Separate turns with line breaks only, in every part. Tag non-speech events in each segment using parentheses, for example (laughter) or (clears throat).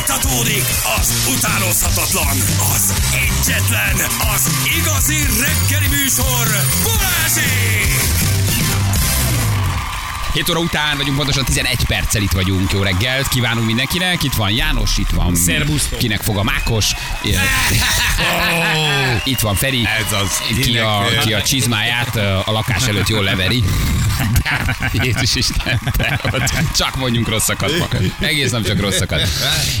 Folytatódik az utánozhatatlan, az egyetlen, az igazi reggeli műsor, Balázsék!
7 óra után vagyunk, pontosan 11 perccel itt vagyunk. Jó reggelt kívánunk mindenkinek. Itt van János, itt van...
Szerbusztok.
Kinek fog a mákos. itt van Feri.
Ez az.
Ki a, ki a csizmáját ö, a lakás előtt jól leveri. Jézus Isten, te ott csak mondjunk rosszakat. ma. Egész nap csak rosszakat.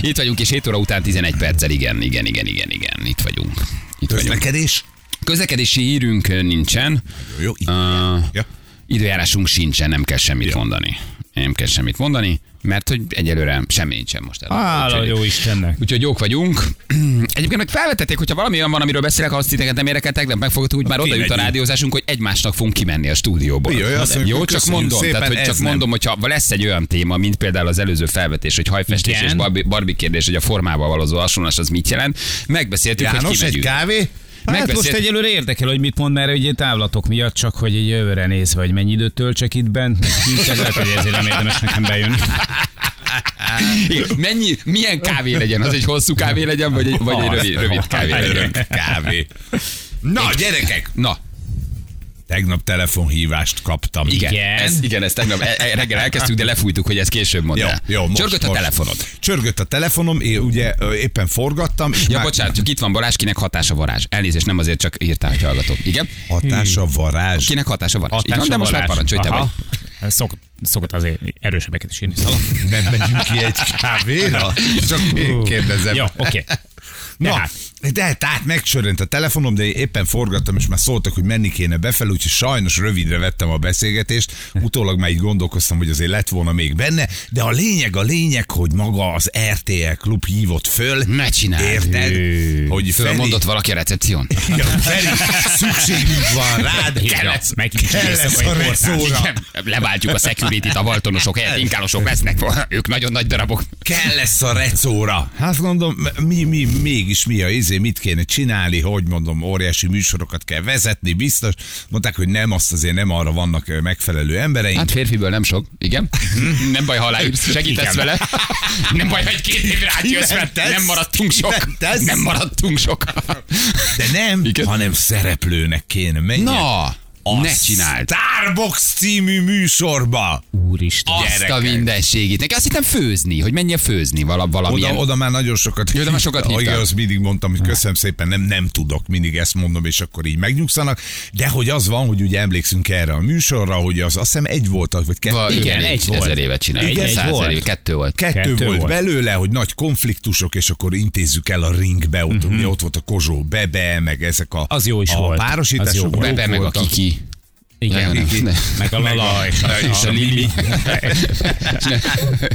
Itt vagyunk, és 7 óra után 11 perccel, igen, igen, igen, igen, igen, itt vagyunk. Itt vagyunk.
Közlekedés?
Közlekedési hírünk ö, nincsen.
Jó, így.
Ö,
Ja.
Időjárásunk sincsen, nem kell semmit mondani. Nem kell semmit mondani, mert hogy egyelőre semmi nincsen most. előtt.
Hála
Úgyhogy-
jó Istennek.
Úgyhogy jók vagyunk. (clears throat) Egyébként meg felvetették, hogyha valami olyan van, amiről beszélek, ha azt titeket nem érdekel, tegnap megfogtuk, úgy már oda jut a
kivegyünk.
rádiózásunk, hogy egymásnak fogunk kimenni a stúdióból.
Jó, jó, azt mondjuk,
jó csak
köszönjük
mondom,
szépen,
tehát, hogy
ez
csak
nem.
mondom, hogyha lesz egy olyan téma, mint például az előző felvetés, hogy hajfestés
Igen.
és Barbie, Barbie kérdés, hogy a formával való hasonlás az mit jelent, megbeszéltük, hogy
János, egy
kimegyünk.
kávé?
Hát most
Megbeszélt-
egyelőre érdekel, hogy mit mond, mert ugye távlatok miatt csak, hogy egy jövőre nézve, hogy mennyi időt töltsek itt bent, meg kint, ez lehet, hogy ezért nem érdemes nekem bejönni.
Igen, Mennyi, milyen kávé legyen? Az egy hosszú kávé legyen, vagy egy, vagy egy rövid, rövid kávé legyen?
(laughs)
Örök kávé. Na, gyerekek!
Na,
Tegnap telefonhívást kaptam.
igen.
Igen.
Ez, igen, ezt tegnap e- e- reggel elkezdtük, de lefújtuk, hogy ezt később mondd
Jó,
el.
jó, most,
Csörgött a
most.
telefonod.
Csörgött a telefonom, én ugye ö, éppen forgattam. És
Ja,
már
bocsánat, csak itt van Balázs, kinek hatása varázs. Elnézést, nem azért csak írtál, hogy hallgatom. Igen?
Hatása varázs.
Kinek hatása varázs? Így van, de most már parancsolj, te vagy.
Aha. Szok, szokott azért erősebbeket is írni. Szóval.
(laughs)
Nem megyünk ki egy kávéra? Csak én kérdezem.
Jó, oké.
Na,
Tehát.
de tehát megcsörrent a telefonom, de én éppen forgattam, és már szóltak, hogy menni kéne befelé, úgyhogy sajnos rövidre vettem a beszélgetést. Utólag már így gondolkoztam, hogy azért lett volna még benne, de a lényeg, a lényeg, hogy maga az RTL klub hívott föl.
Ne csináld.
Érted? Hogy Feri,
Fölmondott valaki a recepción?
Igen, Feri, szükségünk van rád.
Kellett. Meg is
kell lesz a reszóra.
Igen, Leváltjuk a security-t, a valtonosok helyett inkállosok lesznek, ők nagyon nagy darabok.
Kell lesz a recóra. Hát gondolom, mi, mi, mégis mi a izé, mit kéne csinálni, hogy mondom, óriási műsorokat kell vezetni, biztos. Mondták, hogy nem, azt azért nem arra vannak ö, megfelelő embereink.
Hát férfiből nem sok, igen. Hm, Nem baj, ha aláírsz, segítesz
Igen.
vele. Nem baj, ha egy két évre átjössz, mert
tesz,
nem maradtunk sok.
nem tesz.
Nem maradtunk sok.
De nem,
Igen.
hanem szereplőnek kéne menjen.
Na,
a
ne csináld.
Starbox című műsorba.
Úristen.
Azt a
gyerekek.
mindenségét. Neki azt hittem főzni, hogy menjen főzni vala,
Oda,
valamilyen.
oda már nagyon sokat
Jó, de már sokat
Igen,
hívtál.
azt mindig mondtam, hogy köszönöm szépen, nem, nem tudok, mindig ezt mondom, és akkor így megnyugszanak. De hogy az van, hogy ugye emlékszünk erre a műsorra, hogy az azt hiszem egy volt, vagy kettő.
Va-
Igen,
igen,
egy
egy
volt.
ezer évet csinálja.
Igen,
Igen,
egy
száz
volt.
éve, kettő volt.
Kettő,
Kettő
volt,
volt.
belőle, hogy nagy konfliktusok, és akkor intézzük el a ringbe, ott,
Mhm.
ugye, ott volt a Kozsó Bebe, meg ezek a,
Az jó is
a
volt. Az jó
párosítások.
volt.
jók
Bebe meg a
voltak.
Kiki. (laughs)
Igen.
Nem, nem, nem.
Meg a Lala és a,
És a Lili.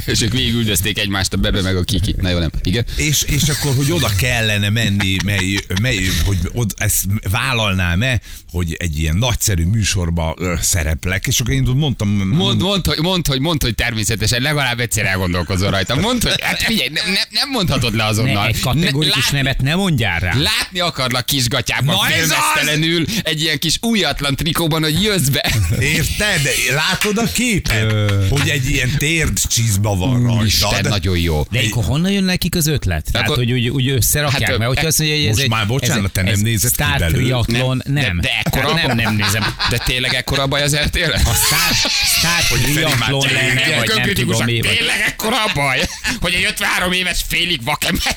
És ők végig üldözték egymást, a Bebe meg a Kiki. Na jó, nem. Igen.
És, és akkor, hogy oda kellene menni, mely, mely, hogy od, ezt vállalnám-e, hogy egy ilyen nagyszerű műsorba ö, szereplek, és akkor én mondtam,
Mond, mond, hogy, mond, hogy, mond, hogy természetesen legalább egyszer elgondolkozol rajta. Mond, hogy hát figyelj, ne, ne, nem mondhatod le
Ne,
azonnal.
egy kategorikus
ne, lát,
nevet ne mondjál rá.
látni akarlak kisgatyában,
Na ez az!
félmeztelenül, egy ilyen kis újatlan trikóban, hogy jössz be.
érted? Látod a képet? hogy egy ilyen térd csizba van
Isten,
rajta.
nagyon jó.
De akkor honnan jön nekik az ötlet? Tehát,
akkor-
hogy úgy, úgy összerakják,
Hát,
hát, mert
e-
hogyha azt mondja, hogy ez
most
egy...
már bocsánat,
ez,
te nem
ez
nézed ki
Star
belőle.
Triathlon, nem. Hát,
De, de ekkora
nem,
abba-
nem nézem.
De tényleg ekkora a baj az rtl
A Star, Star Triathlon lenne, vagy nem tudom mi. Vagy.
Tényleg ekkora a baj, hogy egy 53 éves félig vakember.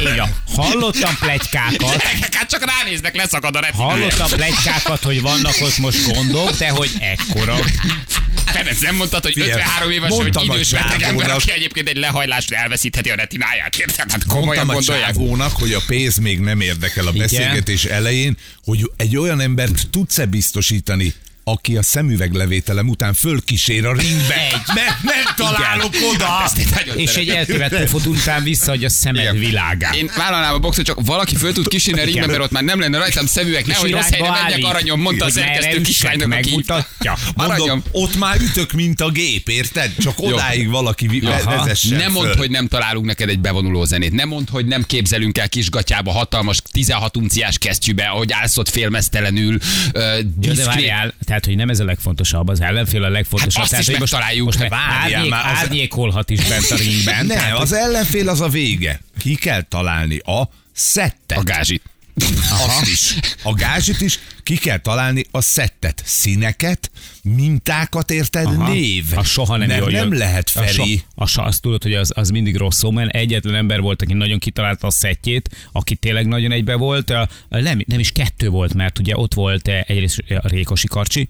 Igen. Hallottam plegykákat,
Gyerekek, hát csak ránéznek, leszakad a repülő.
hallottam plegykákat, hogy vannak ott most gondok, de hogy ekkora.
Ferenc, nem mondtad, hogy
Figyelj,
53 éves vagy
mondtam
idős
a
beteg ember,
csávónak.
aki egyébként egy lehajlást elveszítheti a retináját. Érted? Hát komolyan
Mondtam a
gondolják.
csávónak, hogy a pénz még nem érdekel a
Igen.
beszélgetés elején, hogy egy olyan embert tudsz-e biztosítani, aki a szemüveglevételem után fölkísér a ringbe.
Egy.
Mert nem
Hát
találok oda.
Ezt én nagyon
És egy
szeretem.
eltövett pofodú után visszaadja a szemed
Igen.
világát.
Én vállalnám a boxot, csak valaki föl tud kísérni a ringbe,
Igen.
mert ott már nem lenne rajtam szemüveg, nehogy rossz helyre menjek, aranyom, mondta a szerkesztő kislánynak, aki így-
megmutatja.
Mondom,
Aranyom.
ott már ütök, mint a gép, érted? Csak odáig valaki vi-
Aha.
vezessen
Ne mondd,
föl.
hogy nem találunk neked egy bevonuló zenét. Ne mondd, hogy nem képzelünk el kisgatyába hatalmas 16 unciás kesztyűbe, ahogy állsz ott félmeztelenül, ö,
Jó, de
diszkrét.
várjál, tehát lehet, hogy nem ez a legfontosabb, az ellenfél a legfontosabb.
Hát azt is
hogy most-
megtaláljuk,
most
ne
várjál
árnyék,
már, az-
árnyékolhat is bent a
Nem,
ringben. Tehát,
az ellenfél az a vége. Ki kell találni a szettet.
A gázsit.
Azt is. A gázsit is ki kell találni a szettet. Színeket, mintákat érted, Aha. név.
A soha nem,
nem,
jól jön.
nem lehet
A, so,
Feri.
a so, azt tudod, hogy az, az mindig rossz szó, mert egyetlen ember volt, aki nagyon kitalálta a szettjét, aki tényleg nagyon egybe volt. A- a Nem, nem is kettő volt, mert ugye ott volt eh, egyrészt a Rékosi Karcsi,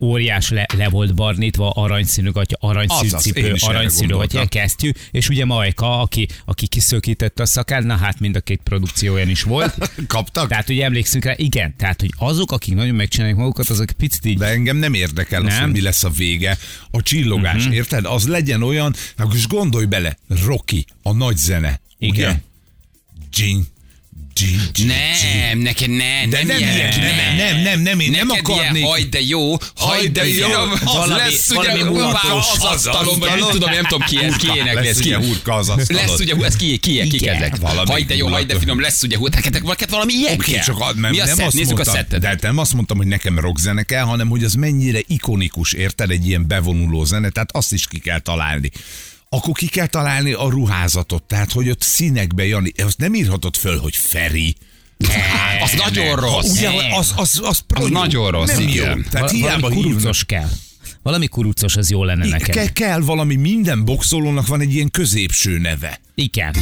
óriás le, le volt barnítva, aranyszínű gatya, aranyszínű
Azaz, én
cipő,
is erre
aranyszínű
gondoltam.
gatya, kesztyű, és ugye Majka, aki, aki kiszökítette a szakát, na hát mind a két produkció olyan is volt.
(laughs) Kaptak?
Tehát ugye emlékszünk rá, igen, tehát hogy azok, akik nagyon megcsinálják magukat, azok picit így
De engem nem érdekel nem. az,
Nem?
hogy mi lesz a vége. A csillogás, uh-huh. érted? Az legyen olyan, hát most gondolj bele, Rocky, a nagy zene. Ugye?
Igen.
Dzsin, dzsin, dzsin, dzsin.
Nem, neked ne,
De nem, ilyen, nem, nem, nem, nem, én nem
Neked ilyen
akarnék.
Haj, de jó, haj, de jó, az
valami-
lesz ugye
valami
mulatos,
mulatos,
az
az
asztalon, vagy nem
asztalon.
tudom, nem tudom ki, ez, ki ének lesz,
lesz
ki.
ugye hurka az asztalon.
Lesz ugye, hú, ez ki, ki, ki
Igen,
kezdek.
valami
Haj, de jó, haj, de
mulatos.
finom, lesz ugye, hú, neked neked valami ilyen
Oké,
kell.
csak ad, nem,
Mi a
nem
szett?
azt
Nézzük a
mondtam,
szettet.
De nem azt mondtam, hogy nekem rockzene kell, hanem hogy az mennyire ikonikus, érted, egy ilyen bevonuló zene, tehát azt is ki kell találni. Akkor ki kell találni a ruházatot, tehát hogy ott színekbe, Jani, azt nem írhatod föl, hogy
(laughs)
Feri.
Az nagyon rossz.
Ugye, az, az, az, az
nagyon rossz,
nem
igen.
Jó. Tehát
Val-
hiába
valami
hívnak.
kurucos kell. Valami kurucos az jó lenne neked.
Ke- kell valami, minden boxolónak van egy ilyen középső neve.
Igen.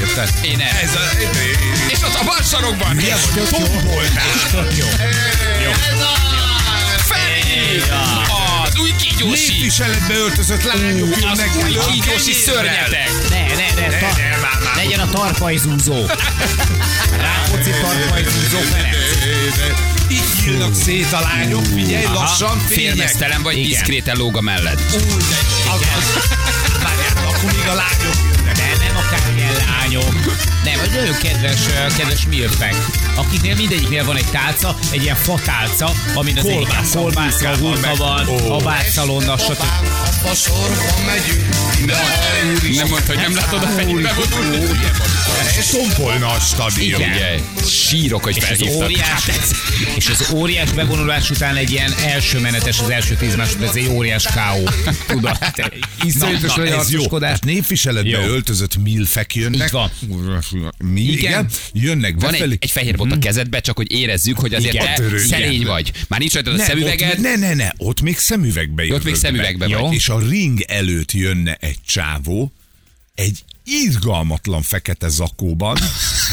Érted?
Én erre.
Ez a... ez- ez-
És ott a bal sarokban.
Mi az, hogy
Jó.
Ez a... Feri! Az új kígyósi.
Népviseletbe öltözött lányok
Az
jönnek
új
elő.
kígyósi szörnyetek.
Ne, ne, ne, ta-
ne, már, már.
legyen a tarpajzúzó. Rákóczi tarpajzúzó Ferenc.
Így nyílnak szét a lányok, figyelj,
Aha,
lassan fények.
Félmeztelen vagy
Igen.
diszkréten lóg a mellett.
Az, (laughs) az, várjál, akkor még a lányok jönnek.
De nem akármilyen lányom. Nem, egy nagyon kedves, ö, kedves mirpek, akiknél mindegyiknél van egy tálca, egy ilyen fatálca, amin az
Kolbász.
egyik kolbászka, hurka van,
Ó.
a bárszalonna, stb.
A sorba megyünk.
Nem mondd, nem mondd, hogy nem látod a fejébe.
Szombolna a stadion.
Ugye, sírok, hogy
És az
felhívtak.
óriás, és az óriás bevonulás után egy ilyen első menetes, az első tíz másodperc egy óriás K.O.
(laughs)
Tudod? Iszonyatos nagy arcoskodás.
Tehát népviseletbe
Jó.
öltözött milfek jönnek.
Így van.
Mi? Igen. Jönnek
Van
befelé.
egy, egy fehér bot a kezedbe, csak hogy érezzük, hogy azért
Igen.
te
A törő,
szerény
igen.
vagy. Már nincs rajtad a
Nem,
szemüveged.
Ott, ne, ne, ne, ott még szemüvegbe jövök
még
be.
szemüvegbe vagy.
És a ring előtt jönne egy csávó, egy izgalmatlan fekete zakóban,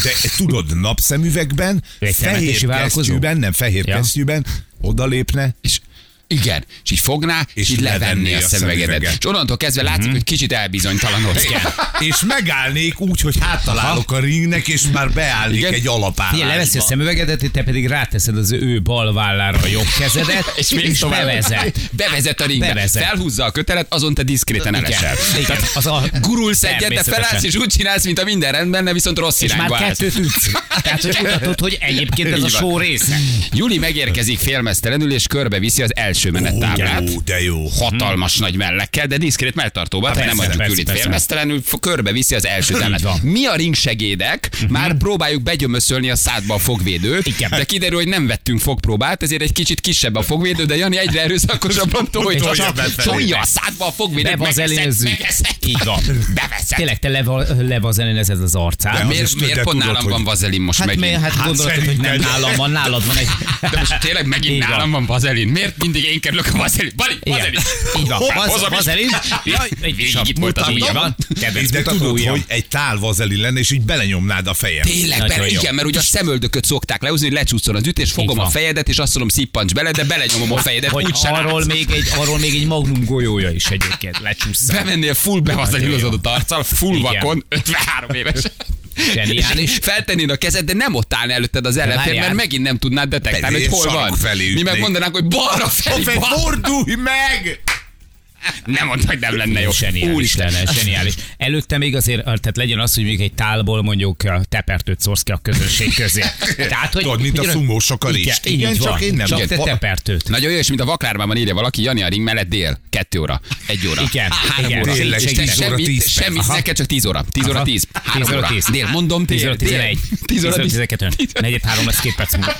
de tudod, napszemüvegben,
Egy
fehér
temetési vállalkozó?
kesztyűben, nem fehér ja.
Ja.
kesztyűben, odalépne,
És igen, és így fogná, és, így levenné a szemüvegedet. És onnantól kezdve látszik, hogy kicsit elbizonytalanodsz kell.
és megállnék úgy, hogy hátalálok a ringnek, és már beállnék
Igen.
egy alapállásba.
Figyelj, leveszi a szemüvegedet, te pedig ráteszed az ő bal vállára a jobb kezedet,
(laughs)
és, és bevezet.
Bevezet a ringbe.
Bevezet.
Felhúzza a kötelet, azon te diszkréten
Igen,
elesel.
igen.
Tehát
Az a-
gurulsz egyet, de
Természetesen.
felállsz, és úgy csinálsz, mint a minden rendben, de viszont rossz
És már
irányba állsz. Hát
kettőt
(laughs)
ütsz. Tehát, hogy mutatod, hogy egyébként ez a
Így van.
só része.
Juli megérkezik félmeztelenül, és körbeviszi az első menettáblát.
Ó, de jó.
hatalmas nagy mellekkel, de diszkrét melltartóba, tehát nem
Hát persze,
adjuk
persze,
Julit
persze.
félmeztelenül, f- körbeviszi az első
van. Mhm.
táblát. Mi a ring segédek, már próbáljuk begyömöszölni a szádba a fogvédőt,
Igen.
de kiderül, hogy nem vettünk fogpróbát, ezért egy kicsit kisebb a fogvédő, de Jani egyre erőszakosabban
És
tojtolja
csak-
tolja a szádba a fogvédőt,
Bevazelézzük.
Így van. Beveszed.
Tényleg te leva- levazelinezed az arcát.
De az is
Miért,
tudja,
miért pont
tudod,
nálam
hogy-
van vazelin most
Hát, mi,
megint?
hát gondolod, hogy nem
szerinted.
nálam van, nálad van egy...
De most tényleg megint
Így van.
nálam van vazelin. Miért mindig én kerülök a vazelin? Bali,
Igen.
vazelin!
Így van.
Hoppá,
Vaz-
hozom is.
vazelin. Jaj, egy
Végig
sap
itt volt az
mutató.
ujjam.
Így van. Kedvenc
De
mutató
tudod,
ujjam.
hogy egy tál vazeli lenne, és így belenyomnád a fejem.
Tényleg,
Nagyon
bele,
jó.
igen, mert ugye a szemöldököt szokták lehúzni, hogy lecsúszson az ütés, fogom a
van. Hát,
fejedet, és azt mondom, szippancs bele, de belenyomom a fejedet,
hogy
úgy sem
arról még, egy, arról még egy magnum golyója is egyébként lecsúszta.
Bemennél full be az illazodott arccal, full
Igen.
vakon, 53 éves.
Zseniális.
És Feltennéd a kezed, de nem ott állna előtted az ellenfél,
várjál.
mert megint nem tudnád detektálni,
Pedig
hogy hol
sarok
van.
felé
Mi
ütnék.
megmondanánk, hogy balra felé,
Fordulj meg!
Nem mondd, hogy nem lenne jó.
Zseniális lenne, zseniális. Előtte még azért, tehát legyen az, hogy még egy tálból mondjuk a tepertőt szórsz ki a közönség
(laughs)
közé. Tehát, hogy
Tudod, mint a
ugyanaz-
szumós a karist.
Igen,
Igen,
így
csak
van.
én nem.
Csak te
Igen.
tepertőt.
Nagyon jó, és mint a vaklármában írja valaki, Jani a ring mellett dél, kettő óra, egy óra.
Igen,
három
igen.
óra.
Tényleg,
és te
tíz óra,
semmit,
tíz perc.
semmit,
Aha.
neked csak tíz óra, tíz óra,
Aha.
tíz, három
10 óra,
óra,
10.
dél, mondom,
10 óra
dél, dél.
11.
10 óra 11.
12. Negyed három lesz két perc múlva.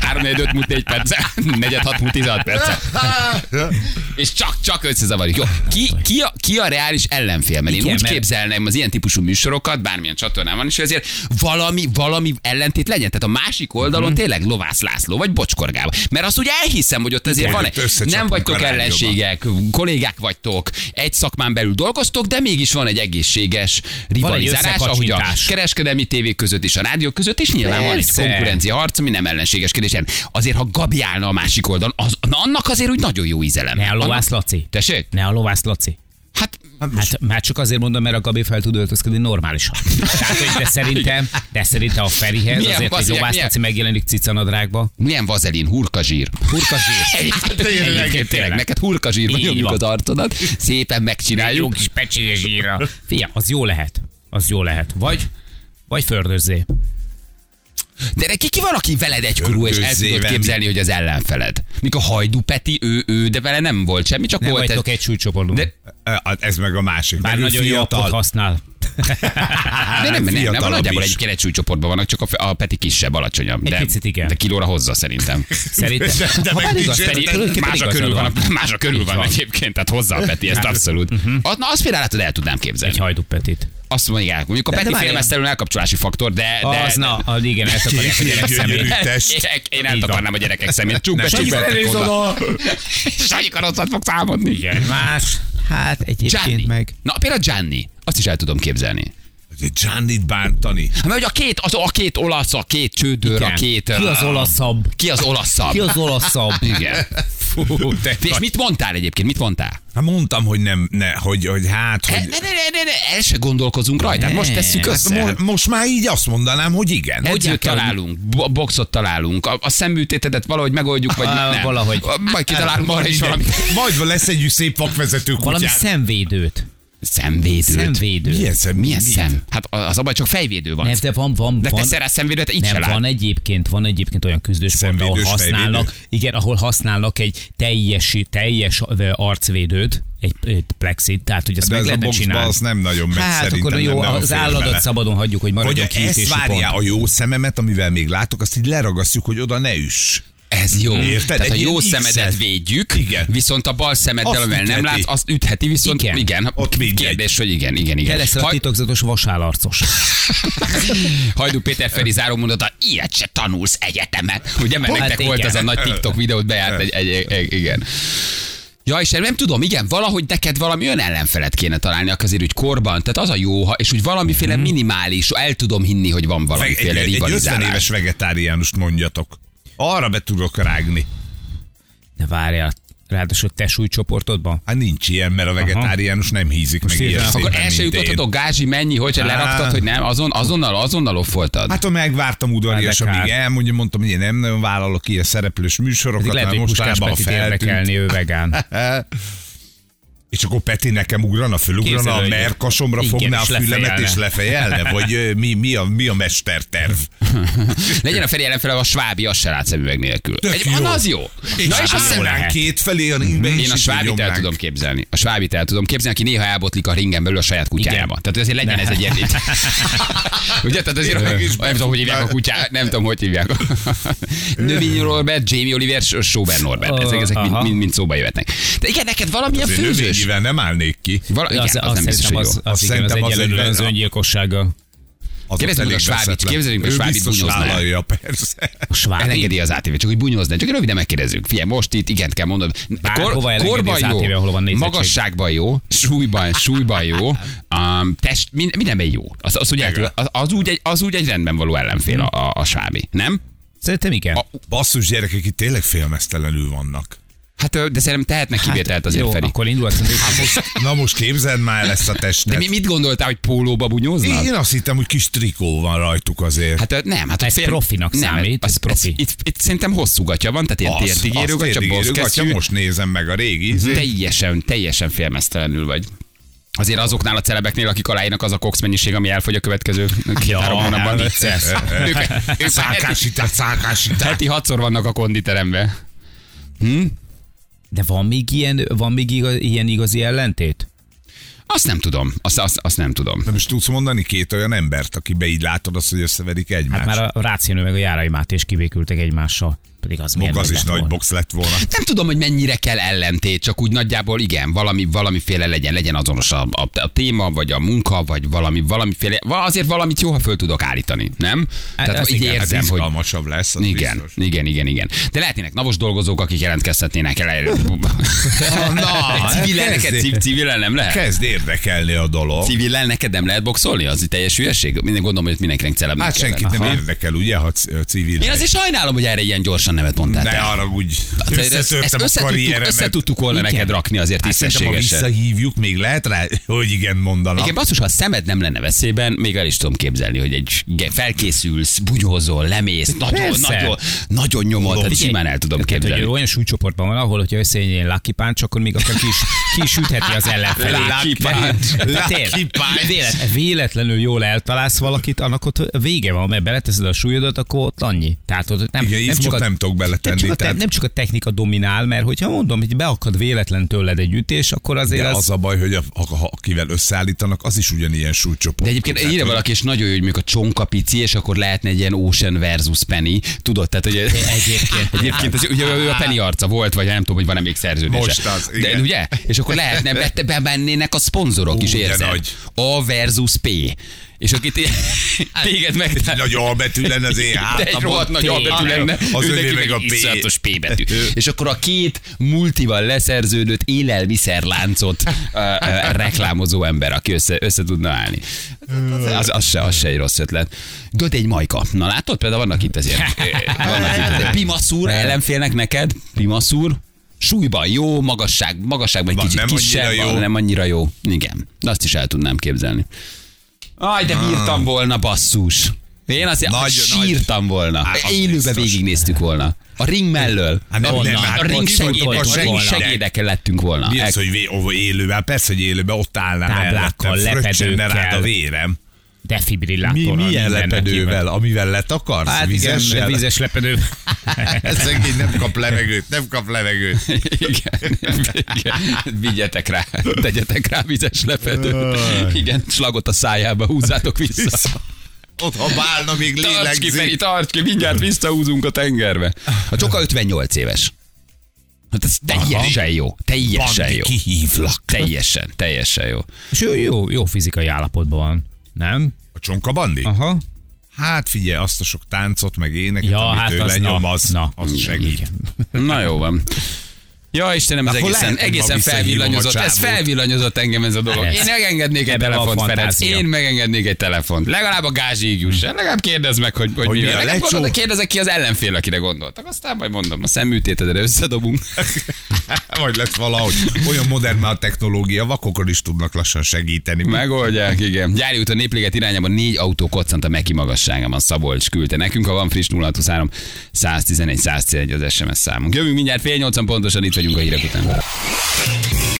3 4 5 múlt 4 perc, (laughs) 4 6 múlt 16 perc.
(laughs)
És csak, csak összezavarjuk. Jó. Ki, ki, a, ki a reális ellenfél? Mert én
Igen,
úgy
mert-
képzelném az ilyen típusú műsorokat, bármilyen csatornán van, és ezért valami, valami ellentét legyen. Tehát a másik oldalon tényleg Lovász László, vagy Bocskor Gábor. Mert azt úgy elhiszem, hogy ott azért
Igen,
van
ott összecsapunk
Nem vagytok
a rádióban.
ellenségek, kollégák vagytok, egy szakmán belül dolgoztok, de mégis van egy egészséges rivalizálás, ahogy a
összekacsintás.
kereskedelmi tévék között és a rádiók között, és nyilván van egy
Persze.
konkurencia harc, ami nem ellenséges kérdés. Azért, ha Gabi állna a másik oldalon, az, na, annak azért úgy nagyon jó ízelem.
Ne a lovász
Annak-
Laci.
Tessék?
Ne a lovász Laci.
Hát,
Hát már csak azért mondom, mert a Gabi fel tud öltözködni normálisan. Tehát, hogy de szerintem, de szerintem a Ferihez
Milyen
azért, hogy
bazzják,
Lovász
milyen-
Laci megjelenik cicanadrágba.
milyen vazelin, hurkazsír.
Hurkazsír.
(laughs) Egyébként
Hát, tényleg,
tényleg,
tényleg.
neked hurkazsírban
Így
nyomjuk
van.
az arcodat, szépen
Jó
megcsináljuk.
kis pecséges írra. Fia, az jó lehet. Az jó lehet. Vagy vagy fördözzé.
De neki ki van, aki veled egykorú, és el tudod
Öközében.
képzelni, hogy az ellenfeled. Mikor Hajdu Peti, ő, ő, de vele nem volt semmi, csak
Nem
volt
vagytok
egy...
egy súlycsoportban.
De-
Ez meg a másik.
Bár
Mert ő
nagyon jó
fiatal. (laughs)
appot használ.
Hát, De
Hát,
nem, nem, nem,
fiatalabb
nagyjából
is.
egy kelet súlycsoportban vannak, csak a, fe- a Peti kisebb, alacsonyabb.
Egy
de,
picit igen.
De kilóra hozza
(laughs)
szerintem.
Szerintem.
De- de
Ha
meg
bár
nincs
igaz,
értelme.
pedig-
Pedig
pedig
más a
igazad
körül van, más a körül
Így
van
van. Hát, mhm.
egyébként, tehát hozzá a Peti, ezt abszolút. Az, na, azt például el tudnám képzelni.
Egy hajdúpetit.
Azt mondják, mondjuk a
De- de
Peti
várjál.
félmeztelő elkapcsolási faktor, de... de
Az, na, az igen, ezt akarják, hogy
Ilyen
gyerek
gyönyörű
szemét.
test.
Gyerekek, (laughs) Én eltakarnám a gyerekek szemét. Csukd be, csukd be. csukd (laughs) oda. Sanyi karosszat fogsz álmodni. Igen.
Más, hát egyébként
Gianni.
meg.
Na, például Gianni. Azt is el tudom képzelni.
Gianni bántani.
Hát, Mert hogy a két, az, a két olasz, a két csődőr, a
Igen.
két...
Ki az olaszabb?
Ki az olaszabb?
Ki az olaszabb?
Igen.
Fú, te
És mit mondtál egyébként? Mit mondtál?
Hát mondtam, hogy nem, ne, hogy, hogy hát,
Ne,
hogy...
ne, ne, ne, ne, el se gondolkozunk rajta. Hát Most tesszük össze.
Mo- most már így azt mondanám, hogy igen.
Edzőt
kell, hogy-
találunk, bo- boxot találunk, a, a szeműtétedet valahogy megoldjuk, vagy
(laughs) Ah,
nem.
valahogy.
A- Majd kitalálunk arra is
Mindegy.
valami.
Majd lesz egy szép vakvezető
Valami
kutyát.
szemvédőt.
Szemvédőt.
Szemvédő.
Milyen szem?
Milyen
mi-
szem? Hát az abban csak fejvédő van.
Nem, de van, van,
De te
van.
szerelsz szemvédőt, itt se
Nem, van
lát.
egyébként, van egyébként olyan küzdősport, ahol
Szemvédős,
használnak,
fejvédő.
igen, ahol használnak egy teljesi, teljes ö, arcvédőt, egy, egy plexit, tehát hogy ezt
De
meg
ez a
lehetne
boxba
csinálni.
az nem nagyon megy,
Hát
szerintem
akkor
nem-
jó,
nem
az
fér
állatot
bele.
szabadon hagyjuk, hogy
Vagy
maradjon
a ezt
kiütési pont.
várja a jó szememet, amivel még látok, azt így leragasztjuk, hogy oda ne üss.
Ez
Mm.
jó.
Érted?
Tehát a
Egy
jó
ilyen
szemedet
X-et.
védjük,
Igen.
viszont a bal szemeddel,
Azt
amivel nem
ütheti.
látsz, azt ütheti, viszont igen.
Igen.
igen.
Ott mindegy.
Kérdés, hogy igen, igen,
Te
igen.
leszel a
Haj-
titokzatos vasálarcos.
Hajdú Péter Feri záró mondata, ilyet se tanulsz egyetemen. Ugye, mert
Hát
nektek volt
igen.
az a nagy TikTok videót bejárt egy, egy, egy, egy igen. Ja, és nem tudom, igen, valahogy neked valami olyan ellenfelet kéne találni, azért úgy korban, tehát az a jó, ha, és úgy valamiféle
Mhm.
minimális, el tudom hinni, hogy van
Meg Egy,
valamiféle
egy 50
rivalizálás.
éves vegetáriánust mondjatok. Arra be tudok rágni.
De várjál, ráadásul te súlycsoportodban?
Hát nincs ilyen, mert a vegetáriánus nem hízik meg ilyen
hirtelen
Akkor
szépen,
el se
mint én.
jutottatok, Gázsi, mennyi, hogyha leraktad, hogy nem, azon, azonnal, azonnal offoltad.
Hát ha megvártam udvarias,
Hát de
amíg
kár.
elmondja, mondtam, hogy én nem nagyon vállalok ilyen szereplős
Pedig
műsorokat,
lehet,
mert
hogy Puskás
mostában a
Petit
feltűnt. Hát,
érdekelni, ő vegán.
És akkor Peti nekem ugrana, fölugrana,
Képzeld,
a
hogy-
merkasomra
Igen,
fogná a
és
fülemet
lefejelne.
és lefejelne? Vagy ö, mi, mi, a, mi a mesterterv?
Legyen a Feri ellenfele a svábi, az se lát szemüveg nélkül.
Tök
Egy,
jó.
van az jó. Na és a
állnánk
szemüveg.
két felé, a ringbe is
Én a
így
svábit el
nyomnánk.
tudom képzelni. A svábit el tudom képzelni, aki néha elbotlik a ringen belül a saját kutyájába. Tehát azért legyen ez egy ilyen. Ugye? Tehát azért, hogy, nem tudom, hogy hívják a kutyát, nem tudom, hogy hívják. Növény Norbert, Jamie Oliver, Sober Norbert. Ezek, ezek mind,
Aha.
mind, mind, szóba jöhetnek. De igen, neked valamilyen
Azért
főzős.
növényivel nem állnék ki.
Vala, igen, az,
hát
az, nem biztos,
szerintem
hogy jó.
az, az,
Azt
igen, az
szerintem az
egyenlően
egy-
az öngyilkossággal.
Az
Kérdezzük
ott
meg a
elég
Svábit,
veszetlen.
képzeljünk, hogy
Ő
Svábit
biztos
bunyózná.
vállalja, persze.
A sváb.
Elengedi az ATV, csak hogy bunyózd, csak röviden megkérdezzük. Figyelj, most itt igen kell mondod.
Bárhova elengedi az ATV, ahol van nézettség.
magasságban jó, súlyban, súlyban jó, um, test, mind, mindenben jó. Az, az, úgy el, tud- az, az, úgy egy, az úgy egy rendben való ellenfél a, a, a svábi, nem?
Szerintem igen.
Basszus gyerekek itt tényleg félmeztelenül vannak.
Hát, ö, de szerintem tehetnek kivételt azért,
Jó,
Feri.
akkor indulhatsz.
Na Hát most képzeld már el ezt a testet.
De mi, mit gondoltál, hogy pólóba bunyóznak?
Én azt hittem, hogy kis trikó van rajtuk azért.
Hát ö, nem, hát
Ez
fél-
profinak számít, ez profi.
itt, itt, szerintem hosszú gatya van, tehát ilyen
Az,
térdig
az
érő gatya,
térdig
bosz
érő gatya,
kesztyű.
most nézem meg a régi
Mhm.
izét.
Teljesen, teljesen félmeztelenül vagy. Azért azoknál a celebeknél, akik aláírnak, az a kox mennyiség, ami elfogy a (laughs) következő két-három hónapban. Vicces. (laughs) Ők, ők már heti,
Szákásítás, szákásítás.
heti hatszor vannak a konditeremben.
De van még ilyen, van még igaz, ilyen igazi ellentét?
Azt nem tudom. Azt, azt, azt nem tudom.
De most tudsz mondani két olyan embert, akibe így látod azt, hogy összeverik egymást.
Hát már a Rácénő meg a Járai Máté is kivékültek egymással. Pedig az milyen
Maga az
nagy
is
lett
nagy
volna.
box lett volna.
Nem tudom, hogy mennyire kell ellentét, csak úgy nagyjából igen, valami, valamiféle legyen, legyen azonos a, a, a, téma, vagy a munka, vagy valami, valamiféle, va- azért valamit jó, ha föl tudok állítani, nem? Tehát
az
így
igen,
Hát
érzem, hogy
izgalmasabb lesz, az
igen,
biztos.
igen, igen, igen. De lehetnének navos dolgozók, akik jelentkezhetnének
(laughs)
el. (laughs) Na, civilel neked,
kezdi.
civ- civilel nem lehet?
hát Kezd érdekelni a dolog.
Civilel neked nem lehet boxolni? Az itt teljes hülyeség? Minden gondolom, hogy ott mindenkinek celebnek
Hát senkit nem érdekel, ugye, ha c- ö, civil.
Én azért sajnálom, hogy erre ilyen gyorsan nevet mondtál.
Ne
te.
arra úgy
Azért Hát ezt-
összetörtem a
ezt összetudtuk,
karrieremet.
összetudtuk volna
Igen.
neked rakni azért
Hát szerintem, ha
tisztességesen.
visszahívjuk, még lehet rá, hogy igen mondanak.
Igen, basszus, ha a szemed nem lenne veszélyben, még el is tudom képzelni, hogy egy ge- felkészülsz, bugyózol, lemész, nagyon,
Persze.
nagyon, nagyon nyomod, tehát simán el tudom
Hát,
Tehát, hogy
képzelni.
olyan súlycsoportban van, ahol, hogyha összejön egy Lucky Punch, akkor még akár ki is, ki is ütheti az ellenfelét.
Lucky Punch.
Lucky Punch. Véletlenül jól eltalálsz valakit, annak ott vége van, mert beleteszed a súlyodat, akkor ott annyi. Tehát ott nem,
Igen,
nem
izmot nem tudok
nem
beletenni.
csak, a te,
tehát-
nem csak a technika dominál, mert hogyha mondom, hogy beakad véletlen tőled egy ütés, akkor azért
De
az,
az a baj, hogy a, a, a, akivel összeállítanak, az is ugyanilyen súlycsoport.
De egyébként írja valaki, és nagyon jó, hogy mondjuk a csonka pici, és akkor lehetne egy ilyen Ocean versus Penny. Tudod, tehát hogy
E,
egyébként, egyébként az, ugye ő a Penny arca volt, vagy nem tudom, hogy van-e még szerződése.
Most az, igen.
De, ugye? És akkor lehetne, bet- bemennének a szponzorok is,
Ú, de
érzed?
nagy.
A versus P. És akit té-
Hát,
téged meg...
Nagy A betű lenne az én
De egy rohadt
hátamon.
nagy A betű lenne.
Az
ő
övé
neki
meg a P.
iszonyatos P betű. És akkor a két multival leszerződött
(laughs)
élelmiszerláncot ö, ö, reklámozó ember, aki össze, össze tudna állni. Az, az, se, az se egy rossz ötlet. Död egy majka. Na látod, például vannak
(laughs)
itt ezért. Vannak itt ezért. Pimaszúr ellenfélnek neked? Pimaszúr? Súlyban jó, magasság, magasságban egy
Van
kicsit
nem annyira
kisebb,
jó.
van nem annyira jó. Igen, azt is el tudnám képzelni. Aj, de bírtam volna, basszus. Én azt nagy,
Ah. Nagy-
sírtam volna.
Á, az
Élőbe
biztos.
végignézték volna. A ring mellől.
Hát nem,
Onnan.
nem, hát
a ring
ott
segédek,
voltunk,
a
ott
ring
volna.
segédekkel lettünk volna.
Mi
El-
az, hogy vé, ó, élőben? Persze, hogy élőben ott állnám
Táblákkal,
mellettem, fröccsenne rád a
lepedőkkel.
vérem. Mi,
defibrillátorral.
milyen
mindennek hívnak.
lepedővel? Amivel letakarsz?
Hát igen,
Vizessel?
vízes lepedő.
(laughs) Ez szegény nem kap levegőt, nem kap levegőt.
(laughs) Igen. Igen. Vigyetek rá, tegyetek rá vizes lepedőt. Igen, slagot a szájába húzzátok vissza.
Ott ha bálna még
Tarts ki, Feri,
lélegzik.
tarts ki, mindjárt visszahúzunk a tengerbe. A csoka 58 éves. Hát ez teljesen jó. Teljesen
Bandi,
jó.
kihívlak.
Teljesen, teljesen jó.
(laughs) És ő jó, jó fizikai állapotban van, nem?
A csonka bandi?
Aha.
Hát figyelj, azt a sok táncot, meg éneket,
Ja,
amit
hát
ő
az
lenyom,
na,
az,
na.
az segít.
Igen.
Na jó van. Ja, Istenem, ez
Akkor
egészen,
lehet, hogy ma
egészen
visszahívom
felvillanyozott.
a
Ez
csávót.
felvillanyozott engem ez a dolog.
Ez.
Én megengednék egy
Ebben van
telefont, Ferenc.
fantázia.
Én megengednék egy telefont. Legalább a gázsiig jusson. Legalább kérdezd meg, hogy, hogy, hogy
Hmm.
mi
mi a
van. Legalább
lecsó?
gondold, kérdezek ki az ellenfél, akire gondoltak. Aztán majd mondom, a szemműtétedre
(laughs)
összedobunk.
(laughs) Vagy lesz valahogy. Olyan modern már a technológia, vakokon is tudnak lassan segíteni.
Megoldják, igen. Gyári úton népliget irányában négy autó koccant a Meki magasságában. Szabolcs küldte nekünk, ha van friss 023 111 111 az SMS számunk. Jövünk mindjárt fél nyolcan pontosan, itt vagyunk a hírek után.